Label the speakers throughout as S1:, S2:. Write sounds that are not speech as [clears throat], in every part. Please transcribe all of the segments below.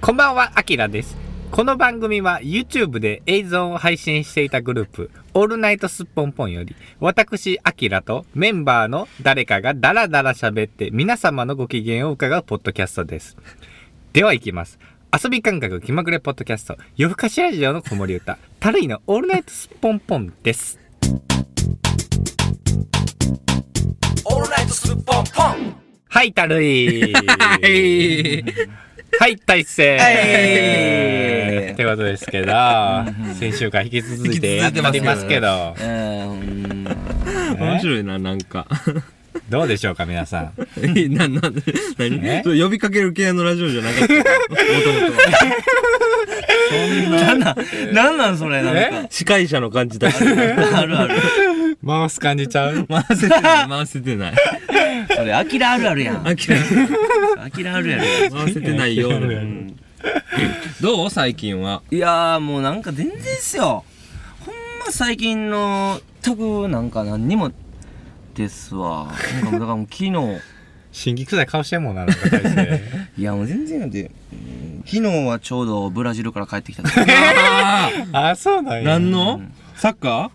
S1: こんばんは、あきらです。この番組は YouTube で映像を配信していたグループ、オールナイトスッポンポンより、私、あきらとメンバーの誰かがダラダラ喋って皆様のご機嫌を伺うポッドキャストです。では行きます。遊び感覚気まぐれポッドキャスト、夜更かしラジオの子守歌、たるいのオールナイトスッポンポンです。
S2: オールナイトスッポンポン
S1: はい、たるい。はい、大勢。
S3: はい
S1: ってことですけど、先週から引き続いてや
S3: 引
S1: っ
S3: き続い
S1: て
S3: てますけど
S1: ますけど、
S3: うん。
S4: 面白いな、なんか。 [laughs]
S1: どうでしょうか、皆さん。
S4: え、な、な、
S1: え
S4: 何そう呼びかける系のラジオじゃなかった。も [laughs] ともと。
S3: なんなん、なんなんそれ、なんか。
S1: え
S4: 司会者の感じ [laughs] だし。
S3: あるある。
S1: 回す感じちゃう
S4: 回せてない、回せてない。
S3: それ、アキラあるあるやん。
S4: あきら
S3: アキラあるやろ。
S4: 回せて [laughs] ないよ。うんどう最近は。
S3: いやー、もうなんか全然っすよ。ほんま最近の、全くなんか何にも、ですわ。なんかもうだからもう昨 [laughs] 日、
S1: 新規臭い顔してんもんな、なんか大勢。
S3: [laughs] いやもう全然なんて、うん昨日はちょうどブラジルから帰ってきた時。 [laughs] 違
S4: あ
S1: あ、そうなん
S4: あ
S1: や。
S4: 何のサッカ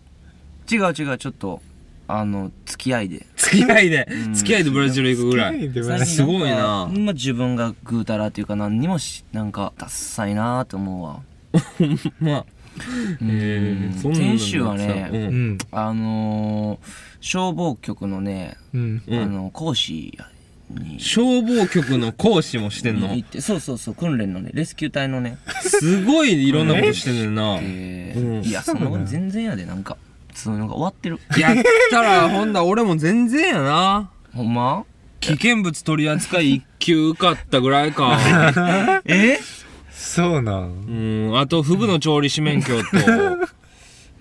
S3: う違う、ちょっと、あの、付き合いで。
S4: ー付き合いで
S3: う。ん
S4: 付き合いでブラジル行くぐらい。すごい
S3: ほ
S4: な
S3: んま自分がぐうたらっていうか何にもし、なんか、ダッサいなーって思うわ。
S4: まあ。
S3: うん
S4: えーそんなん
S3: 先週は
S4: う。
S3: ね、
S1: うんん。
S3: あのー、消防局のね、
S1: うん。
S4: うん
S3: あの講師に
S4: 消防局の講師もしてんの
S3: 行ってそうそうそう訓練のねレスキュー隊のね、
S4: すごいいろんなことしてんねんな。
S3: え
S4: うん
S3: ー、いやそんなこと全然やでなんかそのなんか終わってる
S4: やったら、ほんだ俺も全然やな。
S3: ほんま
S4: 危険物取り扱い1級受かったぐらい [laughs] か。
S3: え
S1: そうな。
S4: うんん、あと、フグの調理師免許と。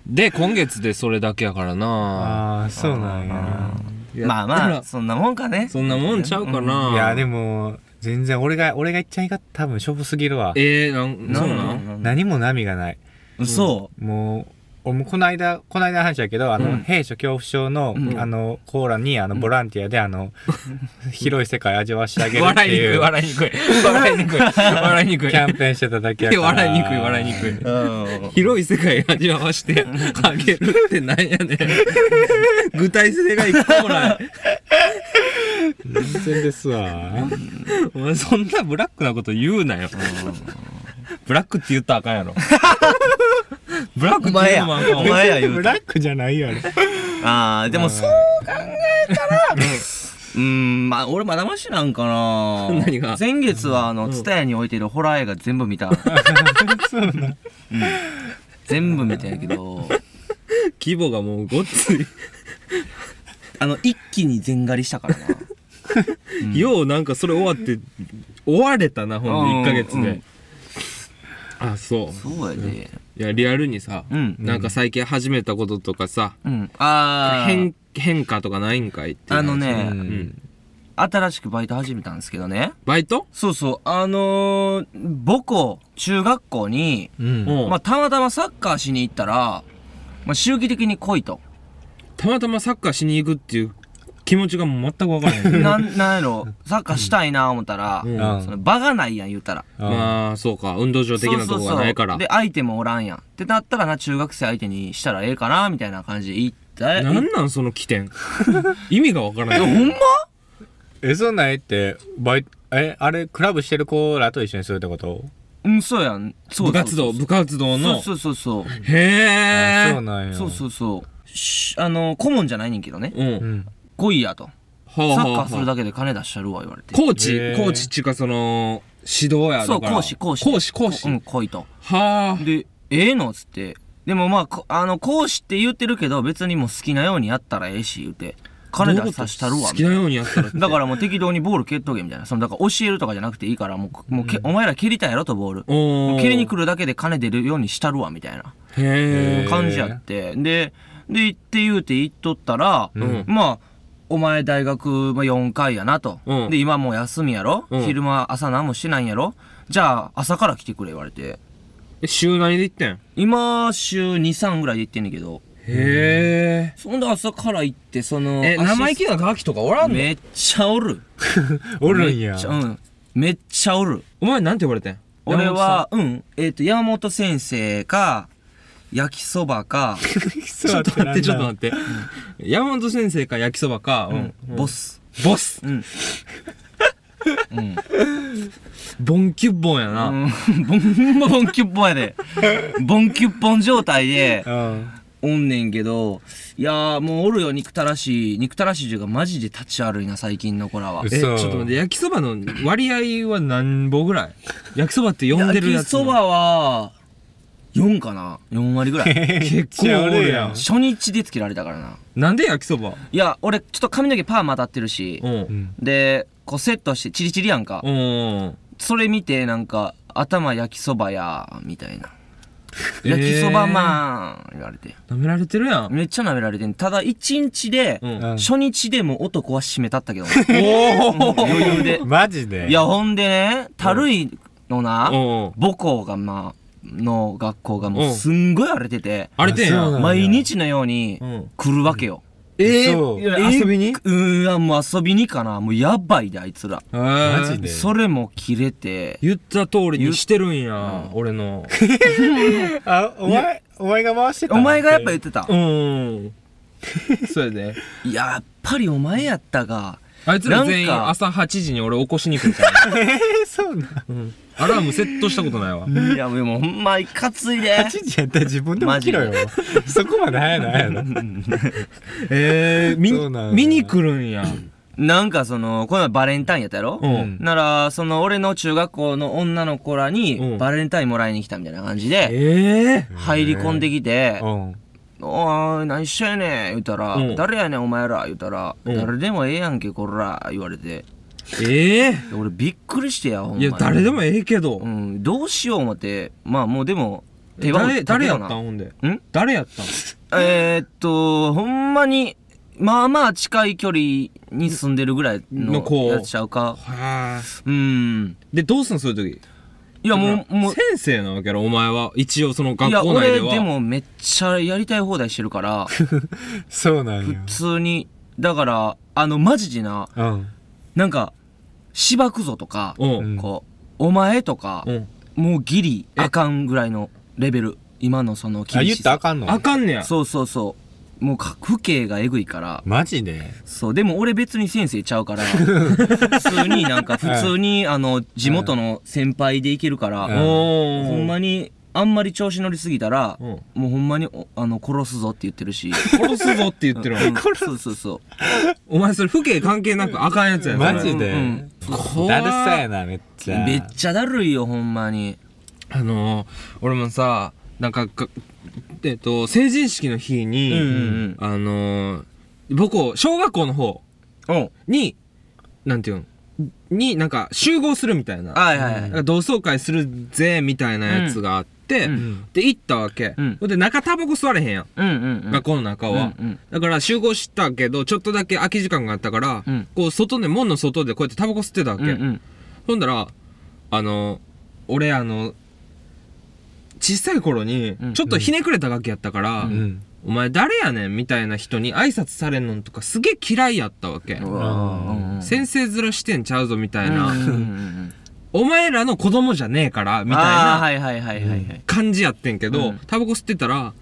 S4: で、今月でそれだけやからな。
S1: ああ、そうなんや。
S3: まあ
S4: やった
S3: まあ
S4: ら
S3: そんなもんかね
S4: そんなもんちゃうかな。
S1: いや、でも、全然俺が、俺が言っちゃいが多分しょぼすぎるわ。
S4: えー、なん、
S3: な
S4: そうんな
S3: なん
S4: ん
S3: なん
S1: 何も波がない。
S3: 嘘
S1: もう、俺もこの間、この間の話だけど、あの、兵所恐怖症の、
S3: うん
S1: あの、コーラに、あの、ボランティアで、あ
S4: [laughs]
S1: の、広い世界味わわしてあげるって
S4: 笑いにく
S1: いう、
S4: い、笑いにくい。笑いにくい。笑いにくい。
S1: キャンペーンしてただけやから。
S4: [laughs] 笑いにくい、笑いにくい。広い世界味わわして [laughs] あげるってなんやねん。具体性が一個もない。
S1: 全然ですわ。
S4: お前そんなブラックなこと言うなよ。ブラックって言ったらあかんやろ。ブラックって言うのもあかん
S3: お
S4: わ
S3: 前や言う
S1: ブラックじゃないやろ。
S3: ああでもそう考えたらうーんまあ俺まだましなんかな
S4: 何が
S3: 先月はあの蔦屋に置いてるホラー映画全部見たそうな、全部見たんやけど
S4: 規模がもうごっつい。
S3: あの一気に全狩りしたからな
S4: ようなんかそれ終わって、終われたな、ほんで、1ヶ月
S3: うんう
S4: で
S3: ん。
S4: あ、そう。
S3: そうやで
S4: いや、リアルにさ、
S3: うん
S4: なんか最近始めたこととかさ、
S3: うんああ
S4: 変、変化とかないんかいっていう話
S3: あの
S1: う
S3: ね、
S4: うん。
S3: 新しくバイト始めたんですけどね
S4: バイト
S3: そうそうあのー母校中学校に、
S1: うん。
S4: うん
S3: まあ、たまたまサッカーしに行ったら、まあ、周期的に来いと
S4: たまたまサッカーしに行くっていう気持ちがもう全くわからない。
S3: なんなんやろサッカーしたいな思ったら、
S4: うん
S1: うん
S3: その場がないやん言うたら。
S1: あ、
S4: [laughs] まあ、そうか、運動場的なとこがないから。
S3: で相手もおらんやんってなったらな中学生相手にしたらええかなみたいな感じで行った
S4: なんなんその起点意味がわから
S3: えほ
S4: ない
S3: んま
S1: え、そんなんえって、バイト、え、あれ、クラブしてる子らと一緒にするってこと
S3: うんそうやんそう
S4: 部活動部活動の
S3: そうそうそうそう
S4: へ
S1: あ
S4: え
S1: そうなんや。
S3: そうそうそうしあの顧問じゃないねんけどね
S4: うん
S1: う
S4: は
S1: ん。
S3: 来いやと
S4: あは
S3: サ
S4: あ
S3: ッ
S4: は
S3: カ
S4: あ
S3: ーするだけで金出しちゃるわ言われて
S4: コー
S1: へ
S4: チ
S1: ー
S4: コーチっていうかその指導や
S3: そ
S4: だ
S3: う
S4: から
S3: 講師講師
S4: 講師講師
S3: うん来いと
S4: はあ
S3: でええのっつってでもまあこあの講師って言ってるけど別にもう好きなようにやったらええし言うて金
S4: どういう
S3: 出
S4: こと
S3: さしたるわ
S4: 好きなようにやったら
S3: だからもう適当にボール蹴っとけみたいな。そのだから教えるとかじゃなくていいから、もう、もうけ、お前ら蹴りたいやろとボール。
S4: おー
S3: 蹴りに来るだけで金出るようにしたるわみたいな
S4: へえ
S3: 感じやって。で、で、行って言うて行っとったら、
S4: ん
S3: まあ、お前大学まあ4回やなと。
S4: うん
S3: で、今もう休みやろ、
S4: うん
S3: 昼間朝何もしてないんやろじゃあ朝から来てくれ言われて。
S4: 週何で行ってんへ
S3: 今、週2、3ぐらいで行ってんねんけど。
S4: え
S3: そんで朝から行って、その、
S4: え
S3: アシス
S4: 生意気なガキとかおらんの
S3: めっちゃおる。
S1: おるんや
S3: ち。ゃうん。めっちゃおる。
S4: お前なんて呼ばれてん
S3: 俺は、うん。えっ、と、山本先生か、焼きそば
S4: [laughs]
S3: か、
S1: ち
S4: ちょっと待って、ちょっと待って。山本先生か焼きそばか、
S3: うん、ボ。ス。
S4: ボス
S3: うん。うん。
S4: ボンキュッボンやな。
S3: うん [laughs] ボンボンキュッポンや
S4: [laughs]
S3: で。ボンキュッポン状態で、
S1: うん。
S3: おんねんけど、いやーもうおるよ、憎たらしい。憎たらしいというか、マジで立ち悪いな、最近の子らは
S1: う。
S4: え、ち
S1: そ
S4: ょっと待って、焼きそばの割合は何ぼぐらい焼きそばって呼んでるや
S3: 焼き
S4: つ
S3: そ
S4: の。
S3: ばは、4かな ?4 割ぐら
S4: [laughs]
S3: い。
S4: 結構おるやん。
S3: 初日でつけられたからな。
S4: なんで焼きそば
S3: いや、俺、ちょっと髪の毛パーマ当たってるし
S4: う、ん。
S3: で、こうセットして、チリチリやんか。
S4: うん。
S3: それ見て、なんか、頭焼きそばや、みたいな。焼きそばマン、言われて。
S4: 舐められてるやん。
S3: めっちゃ舐められてん。ただ、1日で、
S4: うん。
S1: うん
S3: 初日でも男は締めたった
S4: [laughs]
S3: けどね。
S4: おお
S3: 余裕で。
S1: マジで
S3: [laughs] いや、ほんでね、たるいのな、
S4: うん。
S3: 母校が、まあ、の学校がもううんすんごい荒れてて、
S4: あれてんや。
S1: あそうなんん
S3: 毎日のように
S4: うん。
S3: 来るわけよ。
S4: え
S1: そう
S4: ー、遊びに
S3: うーん、もう遊びにかな。もうやばいで、あいつら。
S4: マ
S1: マジで
S3: それも切れて、
S4: 言った通りにしてるんや、俺の。
S1: あお前お前が回してた
S3: お前がやっぱ言ってた。
S4: うん。それで。
S3: やっぱりお前やったが、
S4: あいつら全員
S3: なんか
S4: 朝8時に俺起こしに来るから。
S1: えーそうなん
S4: [laughs] アラームセットしたことないわ。
S3: いや、でもうほんまいかついで
S1: 8。時やったら自分で起きろよそこまで早いな早いな
S4: えー、見
S1: そうなんや
S4: 見に来るんや。
S3: なんかその、この前バレンタインやったやろ、
S4: うん。
S3: なら、その俺の中学校の女の子ら
S4: う
S3: に
S4: ん
S3: バレンタインもらいに来たみたいな感じで、
S4: えー、
S3: 入り込んできて、
S1: うん
S3: おーい、何しようやねん言うたら、
S4: うん
S3: 誰やねんお前ら言うたら、
S4: うん
S3: 誰でもええやんけ、こら言われて。
S4: え
S3: で俺びっくりしてや、ほんま
S4: ー、
S3: に
S4: いや、誰でもええけど。
S3: うん、どうしよう思って、まあもうでも、手番
S4: 誰、誰やっ
S3: 手
S4: たん
S3: 番
S4: ほんで。
S3: ん
S4: 誰やったん
S3: えー、っと、ほんまに、まあまあ近い距離に住んでるぐらい
S4: の
S3: の
S4: 子
S3: やっちゃうか。
S4: はあ。
S3: うん。
S4: で、どうすんのそういう時。
S3: いや、もう、もう、
S4: 先生なわけやろ、お前は。一応その学
S3: いや、
S4: 校内で
S3: 俺
S4: は。
S3: でもめっちゃやりたい放題してるから、普
S1: そうなんよ
S3: 通に、だから、あの、マジでな、
S1: うん
S3: なんか、しばくぞとか、
S4: う
S1: うん
S4: ん。
S3: こう、お前とか
S4: う、ん。
S3: もうギリ
S4: え
S3: あかんぐらいのレベル。今のその
S1: あ
S3: 厳
S1: 言っ
S3: し
S1: たらあ
S3: さ。
S1: かんの
S4: あかんねや。
S3: そうそうそう。もう格形がえぐいから。
S1: マジで
S3: そう、でも俺別に先生ちゃ
S4: [laughs]
S3: うから、普通になんか、普通に、あの、地元の先輩でいけるか
S1: う
S3: ら、
S4: おー
S3: ほんまに、あんまり調子乗りすぎたら、
S4: うん
S3: もうほんまに、おあの、殺すぞって言ってるし。
S4: 殺すぞって言ってるわ
S3: うんそうそうそう。
S4: お前それ父兄関係なくあかんやつやな
S1: マジで、
S3: うん
S4: 怖
S1: だるさ
S4: い
S1: やなめっちゃ
S3: めっちゃだるいよ、ほんまに。
S4: あのー、俺もさなんかがえっと成人式の日に、
S3: うんうんうん
S4: あのー、僕小学校の方
S3: うん。
S4: になんていうんになんか集合するみたいな
S3: はいはいは
S4: ないん。か同窓会するぜみたいなやつがあって、
S3: うん
S1: うん
S4: で行ったわけ、
S3: うん
S4: ほんで中タバコ吸われへんやん、
S3: うんうんうん。
S4: 学校の中は、
S3: うんうん
S4: だから集合したけどちょっとだけ空き時間があったから、
S3: うん
S4: こう外で門の外でこうやってタバコ吸ってたわけ、
S3: うんうん。
S4: ほんだら、あの、俺、あの、小さい頃に
S3: うん、
S4: ちょっとひねくれたガキやったから、
S1: うん
S4: お前誰やねんみたいな人に挨拶されんのとかすげえ嫌いやったわけ。
S3: うわーうんうん
S4: 先生面してんちゃうぞみたいな、
S3: うんうんうん
S4: お前らの子供じゃねえから、みたい
S3: あーは
S4: ない
S3: はいはいはいはい。
S4: 感じやってんけど、
S3: うん
S4: タバコ吸ってたら、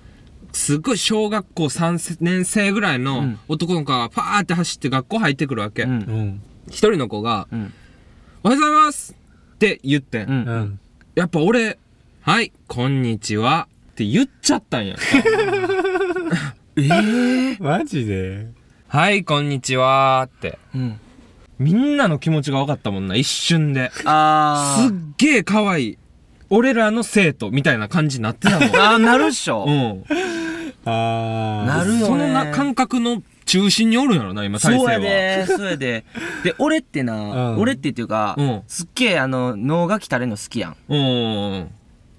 S4: すっごい小学校3年生ぐらいの男の子がパーって走って学校入ってくるわけ。
S3: う
S4: 一、
S1: うんん
S4: 人の子が、
S3: うん
S4: おはようございますって言ってん
S3: う。ん
S1: う。ん
S4: やっぱ俺、はい、こんにちはって言っちゃったんや。
S3: [laughs]
S1: マジで
S4: はい、こんにちはって。
S3: うん。
S4: みんなの気持ちが分かったもんな、一瞬で。す
S3: あ
S4: っげえ可愛い。俺らの生徒みたいな感じになってたもん
S3: ー。 [laughs] あー、なるっし [laughs] ょ。。
S4: うん。
S1: あ
S3: な
S1: あ
S3: るよね
S4: そのな感覚の中心におるんやろな、今、大
S3: そうや
S4: 勢
S3: で、
S4: は。
S3: そうやで。で、俺ってな、
S1: うん
S3: 俺ってっていうか、
S4: うん
S3: すっげえ、あの、脳がきたれんの好きやん。
S4: うん。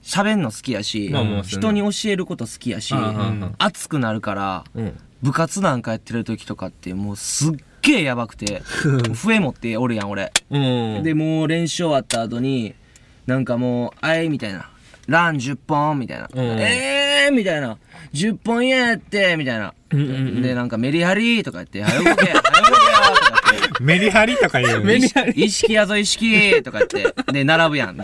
S3: 喋んの好きやし、
S4: まあまあ
S3: 人に教えること好きやし、
S4: うん
S3: 熱くなるから、
S4: うん。
S3: 部活なんかやってる時とかって、もうすっげえやばく
S4: [laughs]
S3: て、笛持っておるやん、俺。
S4: うん。
S3: で、もう練習終わった後に、なんかもう、あい、みたいな。ラン10本みたいな。
S4: うん
S3: ええーみたいな。10本やってみたいな。
S4: うんうんうん
S3: で、なんかメリハリとか言って、はよこけ、はよこけよとか言って。
S1: メリハリとか言うの
S4: メリハリ
S3: [laughs] 意識やぞ意識とか言って、で、並ぶやん。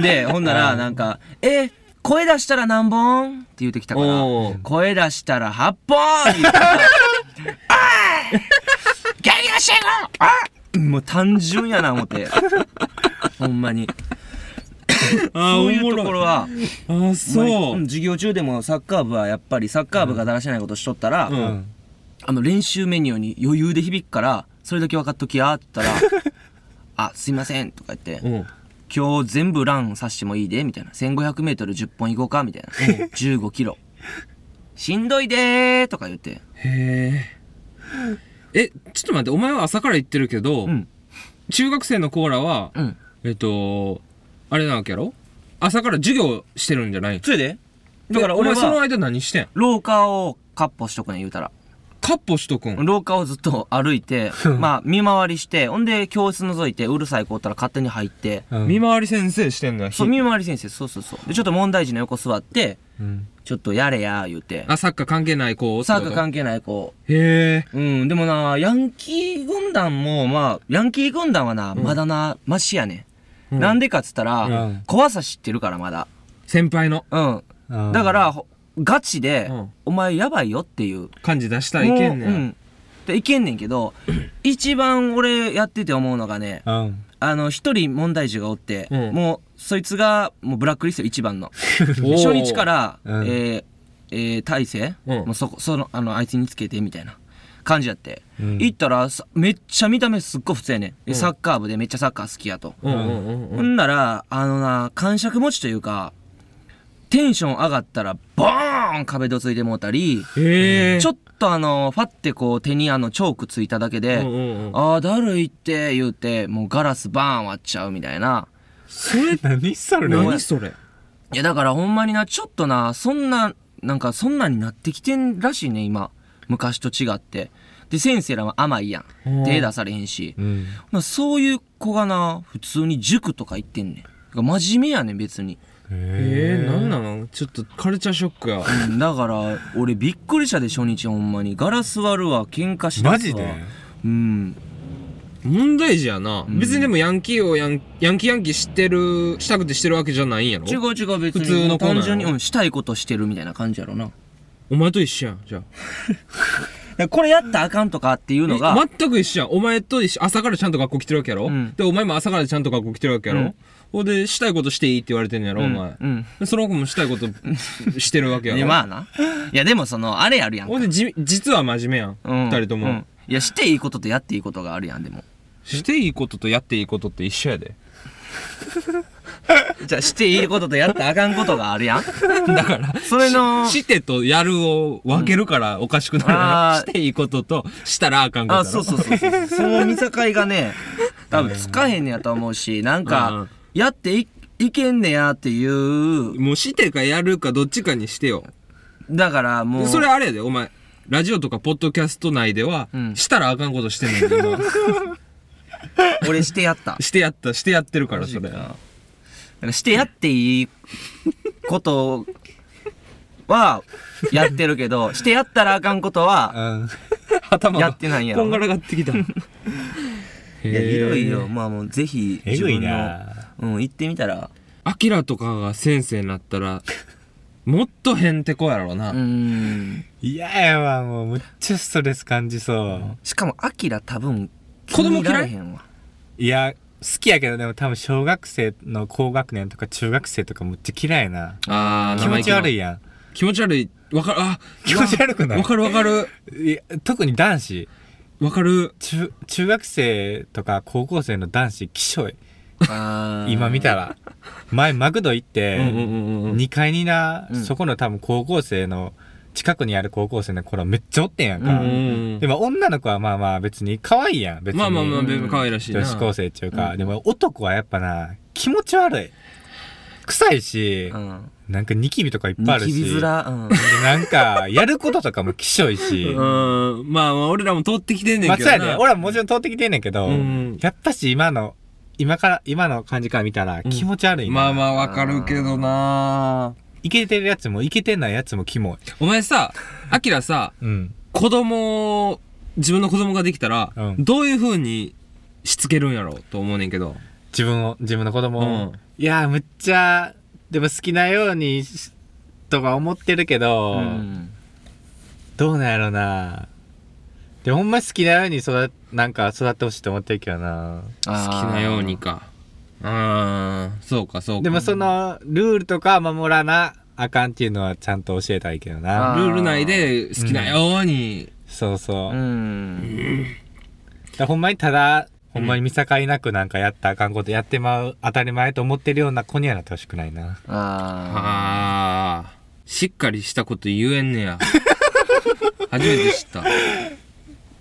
S3: で、ほんなら、なんか、え、声出したら何本って言うてきたから
S4: おう、
S3: 声出したら8本って言 [laughs] ってたおいゲリラシェフあもう単純やな、思って。ほんまに。
S4: あ
S3: そういうところは、
S4: ああそううん
S3: 授業中でもサッカー部はやっぱりサッカー部がだらしないことしとったら、
S4: うん
S3: あの練習メニューに余裕で響くからそれだけ分かっときやって言 [laughs] ったら「あすいません」とか言って
S4: うん
S3: 「今日全部ランさしてもいいで」みたいな「1500m10 本行こうか」みたいな「15キロしんどいで」とか言って
S4: へええちょっと待ってお前は朝から言ってるけど、
S3: うん
S4: 中学生のコーラは、
S3: うん
S4: えっとあれなわけやろ朝から授業してるんじゃない
S3: それでだから
S4: でお
S3: 俺
S4: 前その
S3: は
S4: 間何してん
S3: 廊下をカッポしとくねん言うたら
S4: カッポしとくん
S3: 廊下をずっと歩いてまあ見回りしてほんで教室覗いてうるさい子おったら勝手に入って
S1: うん
S4: 見回り先生してんのや
S3: そう見回り先生そうそうそうでちょっと問題児の横座って
S1: うん
S3: ちょっとやれや言うて
S4: あサッカー関係ない子
S3: サーカー
S4: 係
S3: 関係ない子
S4: へえ
S3: うん、でもな、ヤンキー軍団も、まあ、ヤンキー軍団はな、まだな、マシやね、ん。なんでかっつったら、
S1: うん
S3: 怖さ知ってるから、まだ。
S4: 先輩の
S3: うん。
S1: うん
S3: だから、ほガチで、
S4: うん
S3: お前やばいよっていう。
S4: 感じ出したらいけんね
S3: もううんん。でいけんねんけ
S4: [clears throat]
S3: ど、一番俺やってて思うのがね、
S1: うん
S3: あの、一人問題児がおって、
S4: うん
S3: もう、そいつが、もうブラックリスト一番の。
S4: おー
S3: 初日から、
S1: うん
S3: えーえー大勢、
S4: うん
S3: もうそこそのあのあいつにつけてみたいな感じやって、
S1: うん
S3: 行ったらさめっちゃ見た目すっごい普通やねん、でサッカー部でめっちゃサッカー好きやと、
S4: うんうんうんうん
S3: ほんならあのな感触持ちというかテンション上がったらボーン壁どついてもうたり
S4: へえ
S3: ちょ
S4: っ
S3: っとあのファってこう手にあのチョークついただけで、
S4: うんうんうん
S3: あーだるいって言うてもうガラスバーン割っちゃうみたいな
S4: それ
S1: [laughs] 何それ
S4: 何それ
S3: いやだからほんまになちょっとなそんななんかそんなになってきてんらしいね今昔と違ってで先生らは甘いや
S4: うん
S3: ん手出されへんし
S1: うん
S3: なそういう子がな普通に塾とか行ってんねんてか真面目やねん別に、
S4: ええなんなのちょっとカルチャーショックや
S3: うんだから俺びっくりしたで初日ほんまにガラス割るわ喧嘩した
S1: マジで
S3: うん
S4: 問題児やな別にでもヤンキーをヤンヤンキーヤンキーしてるしたくてしてるわけじゃないんやろ
S3: 違う違う別に
S4: 普通の子なん
S3: 単
S4: や
S3: 純に、うん、したいことしてるみたいな感じやろな
S4: お前と一緒やんじゃ
S3: これやったらあかんとかっていうのが、
S4: あ全く一緒やんお前と一緒朝からちゃんと学校来てるわけやろ、
S3: うん
S4: でお前も朝からちゃんと学校来てるわけやろ、
S3: うん
S4: ほんでしたいことしていいって言われてんのやろ、
S3: うん
S4: お前、
S3: うん
S4: でその子もしたい
S3: [laughs]
S4: ことしてるわけやろ、
S3: でまあないやでもそのあれやるやんか
S4: ほんでじ実は真面目やん、
S3: うん
S4: 二人とも、
S3: うんいやしていいこととやっていいことがあるやんで
S4: [laughs]
S3: も
S4: していいこととやっていいことって一緒
S3: [laughs]
S4: やで
S3: じゃあしていいこととやってあかんことがあるやん
S4: だから
S3: それの
S4: ししてとやるを分けるからおかしくなるやろ
S3: あー
S4: していいこととしたらあかんことや
S3: あ
S4: ろ
S3: そうそうそうそうその見境が
S4: [laughs]
S3: ね多分つかへんねやと思うしなん
S4: うん
S3: かやっていいけんねやっていう
S4: もうしてかやるかどっちかにしてよ
S3: だからもう
S4: それあれやでお前ラジオとかポッドキャスト内では、
S3: うん
S4: したらあかんことしてんねんけど
S3: 俺してや
S4: [laughs]
S3: った
S4: してやったしてやってるからそれ
S3: なんかしてやっていいことはやってるけ
S4: [laughs]
S3: どしてやったらあかんことは
S1: うん
S4: 頭
S3: やってないんやろ
S4: こんがらがってきたい
S3: いやいろいろまあもうぜひ
S1: え
S3: 自
S1: ぐい
S3: 分
S1: な
S3: のうん行ってみたら
S4: アキラとかが先生になったらもっとへんてこやろな、
S3: うん
S1: 嫌やわもうむっちゃストレス感じそう
S3: しかもアキラ多分
S4: 子供嫌
S3: 気に
S4: い
S3: 入られへんわ
S1: いや好きやけどでも多分小学生の高学年とか中学生とかむっちゃ嫌いな
S4: あー
S1: 気持ち悪い
S4: や
S1: やん
S4: 気持ち悪いわかるあ
S1: 気持ち悪くない
S4: わかるわかる
S1: いや特に男子
S4: わかる
S1: 中中学生とか高校生の男子気性
S3: あ
S1: [laughs]
S3: ー
S1: 今見たら前マクド行って、
S4: うんうんうんうん
S1: 2階にな、
S3: うん
S1: そこの多分高校生の近くにある高校生の頃めっちゃおってんやん
S4: う
S1: か、
S4: んうん
S1: でも女の子はまあまあ別に可愛いやん別に
S4: まあまあまあ
S3: うん
S4: 別に可愛らしいな
S1: 女子高生っていうか、でも男はやっぱな気持ち悪い臭いし、
S3: うん
S1: なんかニキビとかいっぱいあ
S3: ニ
S1: る
S3: キ
S1: し
S3: ビ面うん
S1: でなんかやることとかもきしょいし、
S4: [laughs] うんまあまあ俺らも通ってきてんね
S1: ま
S4: ん
S1: あ
S4: け
S1: そ
S4: ど
S1: う
S4: な
S1: やね俺はもちろん通ってきてんねんけど、
S4: うん
S1: やっぱし今の今から今の感じから見たら気持ち悪いな、
S4: まあまあわかるけどな
S1: イケてるやつもイケてないやつもキモい
S4: お前さアキラさ
S1: うん
S4: 子供自分の子供ができたら、
S1: うん
S4: どういう風にしつけるんやろうと思うねんけど。
S1: 自分を自分の子供を、
S4: うん
S1: いやーむっちゃでも好きなようにしとか思ってるけど、
S3: うん
S1: どうなんやろなでほんま好きなように育なんか育ってほしいと思ってるけどな
S4: 好きなように
S3: あ
S4: か。ああ、そうかそうか。
S1: でもそのルールとかは守らなあかんっていうのはちゃんと教えたいけど
S3: あ
S1: な
S3: ー
S4: ルール内で好きなように、
S1: そうそう、
S3: ーうん
S1: だからほんまにただほんまに見境なくなんかやったらあかんことやってまう当たり前と思ってるような子にはなってほしくないな
S3: あ
S4: ああ、しっかりしたこと言えんね
S1: [laughs]
S4: や。初めて知った。あ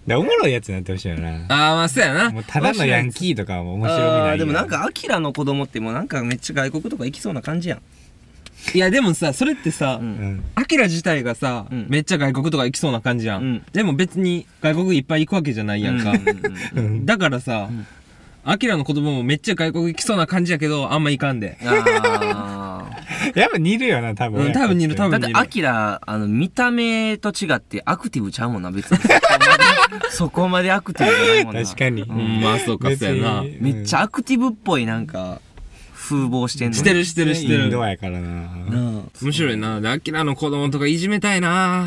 S1: でおもろいやつになってほしいよな
S4: あ、まあそうやな。
S1: もうただのヤンキーとかはもう面白みない
S3: あ
S1: や
S3: ーでもなんかアキラの子供ってもうなんかめっちゃ外国とか行きそうな感じやん
S4: いやでもさ、それってさ、
S3: う
S1: うんん
S4: アキラ自体がさ、
S3: うん
S4: めっちゃ外国とか行きそうな感じやん、
S3: うん
S4: でも別に外国いっぱい行くわけじゃないやんか、
S3: う
S4: [laughs]
S1: うん
S4: だからさ、
S3: ん
S4: アキラの子供もめっちゃ外国行きそうな感じやけどあんま行かんで
S3: あー
S1: [laughs] やっぱ似るよな多分、
S4: うん多分似る多
S3: だ
S4: 分
S3: ってアキラあの見た目と違ってアクティブちゃうもんな別にそこまでアクティブじゃないもんな
S1: 確かに、
S4: うん、まあそうかそうやな
S1: 別に
S3: めっちゃアクティブっぽいなんか風貌してんの
S4: してるしてるし
S1: イ
S4: て
S1: ン
S4: る
S1: ドアやからな
S3: な
S4: 面白いなでアキラの子供とかいじめたいな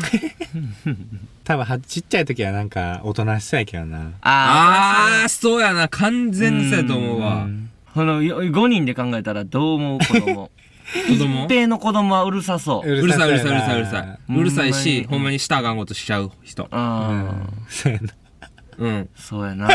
S1: 多分はちっちゃい時はなんかおとなしそうやけどな
S3: ああ
S4: あーそうやな完全にそうやと思うわ
S3: この5人で考えたらどう思う子 [laughs] 供
S4: 子供
S3: 一平の子供はうるさそう
S1: う
S4: うるさいうるさいうるさいううる
S1: るさ
S4: さ
S1: いな
S4: いうるさいし
S3: ほ
S4: ほ
S3: んまに
S4: んまにしたらあかんことしちゃう人
S3: ああ
S1: そうやな
S4: うん
S3: そうやな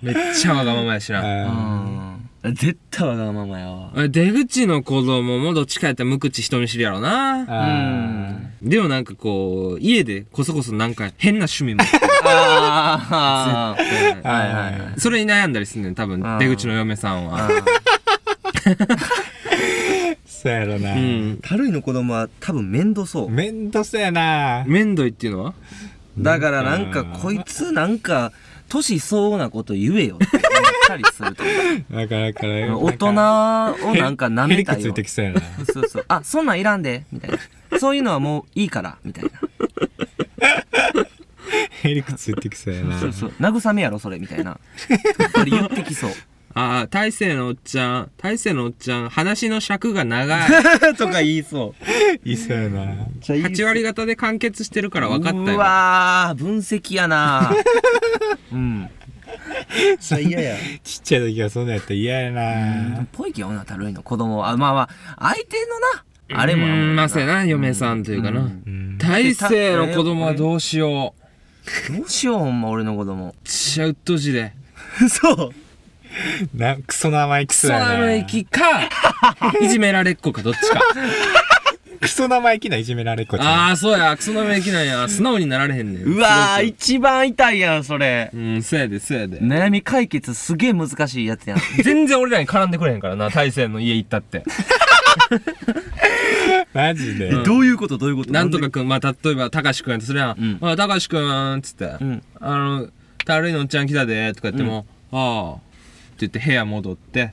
S4: めっちゃわがままやしな
S3: う
S1: あ
S3: ん絶対わがままやわ
S4: え出口の子供もどっちかやったら無口人見知りやろ
S1: ー
S4: な。
S1: あ
S4: でもなんかこう、家でこそこそなんか変な趣 [laughs] 味も。
S3: [laughs] あー
S1: ー
S3: はいはいはい
S4: それに悩んだりすんねん、多分
S3: あー、
S4: 出口の嫁さんは。
S1: そうやろな、
S4: うん。
S3: 軽いの子供は多分面倒そう
S1: めんどそうやな
S4: 面倒いっていうのは
S3: だからなんかこいつなんか年相応なこと言えよって言ったりすると
S1: だからだから
S3: 思う大人をなんか舐
S1: へ
S3: め
S1: り
S3: た
S1: く
S3: い
S1: つい
S3: よ
S1: てきそうやな
S3: そうそうあそんなんいらんでみたいなそういうのはもういいからみたいな
S1: へりくついてきそうやな
S4: [laughs]
S3: そうそう慰めやろそれみたいなやっぱり言ってきそう
S4: ああ、大勢のおっちゃん、大勢のおっちゃん、話の尺が [laughs] 長
S3: [laughs]
S4: い。
S3: とか言いそう
S1: いいそうやな
S4: 8割方で完結してるから分かった
S3: う
S4: よ。
S3: わー分析や [laughs] なうん嫌や
S1: ちっちゃい時はそんなんやったら嫌やな
S3: ぽいけどなたるいの子供はあまあまあ相手のなあれも
S4: う
S3: あるもん
S4: ん、
S3: な
S4: まさやな、嫁さんというか
S3: う。
S4: なん
S1: うん
S4: 大勢の子供はどうしよう。
S3: どうしようほんま俺の子供
S4: ちっちゃうっとうしいで。
S3: [laughs] そう
S1: なクソ生意気
S4: ク
S1: そ
S4: ソ
S1: うやな
S4: 生意気か、 [laughs] いじめられっ子か、どっちか。
S1: クソ生意気ないじめられっ子ちゃん
S4: ああ、そうや、クソ生意気なんや。素直になられへんねん。
S3: うわー
S4: す
S3: 一番痛いやんそれ
S4: ごくうん、そうやで、そうやで。
S3: 悩み解決すげえ難しいやつやん
S4: [laughs] 全然俺らに絡んでくれへんからな、大勢の家行ったって。
S1: マジで、
S3: [laughs] どういうことどういうこ
S4: なんとかくん、まあ、例えば、たかしくんやとするや
S3: うん
S4: ん。あ、たかしくん、つって
S3: ん。
S4: あの、たるいのおっちゃん来たで、とか言っても、ああ、って言って部屋戻って、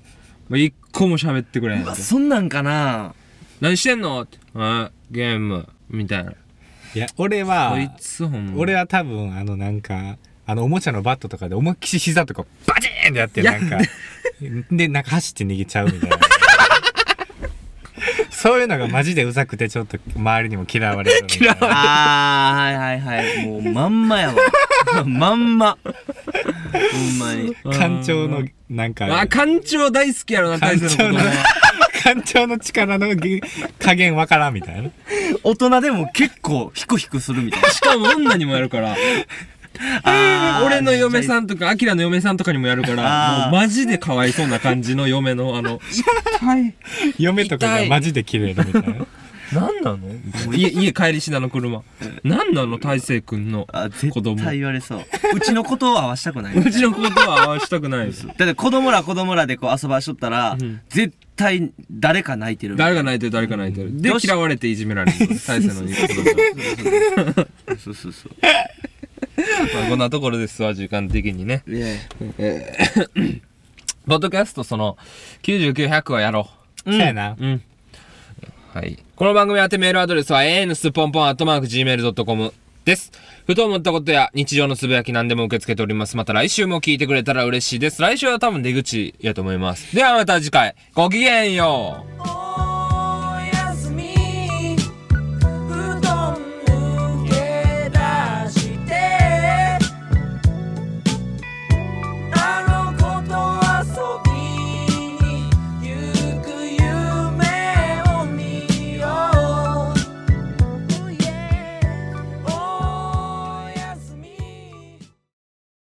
S4: まあ一個も喋ってくれへん
S3: うわ
S4: て。
S3: そんなんかな
S4: 何してんのって。あゲーム、みたいな。
S1: いや俺は
S4: こいつほんま。
S1: 俺は多分あのなんかあのおもちゃのバットとかで思いっきり膝とかバチーンってやってなんかでなんか走って逃げちゃうみたいなそういうのがマジでうざくてちょっと周りにも嫌われるみたいな
S3: あーはいはいはいもうまんまやわまんまほんまに
S1: 官庁のなんか
S4: あ、館長大好きやろな、大勢の子供
S1: 館長 [laughs]
S4: は。
S1: 官庁の力のぎ加減わからんみたいな
S3: 大人でも結構ヒクヒクするみたいな
S4: しかも女にもやるから。
S3: あー
S4: 俺の嫁さんとか、アキラの嫁さんとかにもやるか
S3: あ
S4: ら、も
S3: ー
S4: うマジでかわいそうな感じの嫁の、 [laughs] あの、
S1: 嫁とかがマジで切れるみたいな
S4: なんなのもう家、家帰りしなの車。なんなの大成くんの
S3: あ
S4: 子
S3: 絶
S4: 供。
S3: 対
S4: う
S3: 言われそう [laughs] うちのことを合わしたくない
S4: ちの子とは合わしたくないです。
S3: だって子供ら子供らでこう遊ばしとったら、
S4: うん
S3: 絶対誰か泣いてる
S4: 誰が泣いてる誰が泣いてる。で
S3: よ、し
S4: 嫌われていじめられる。 [laughs] 大成の子供が。
S3: そうそうそう
S4: まあこんなところですわ、時間的にね。
S3: ね
S4: ポッドキャスト、その、99、100はやろう。
S1: そうやな
S4: うん。はい。この番組宛てメールアドレスは a n s p o n p o n g m a i l c o m です。ふと思ったことや日常のつぶやき何でも受け付けております。また来週も聞いてくれたら嬉しいです。来週は多分出口やと思います。ではまた次回、ごきげんよう。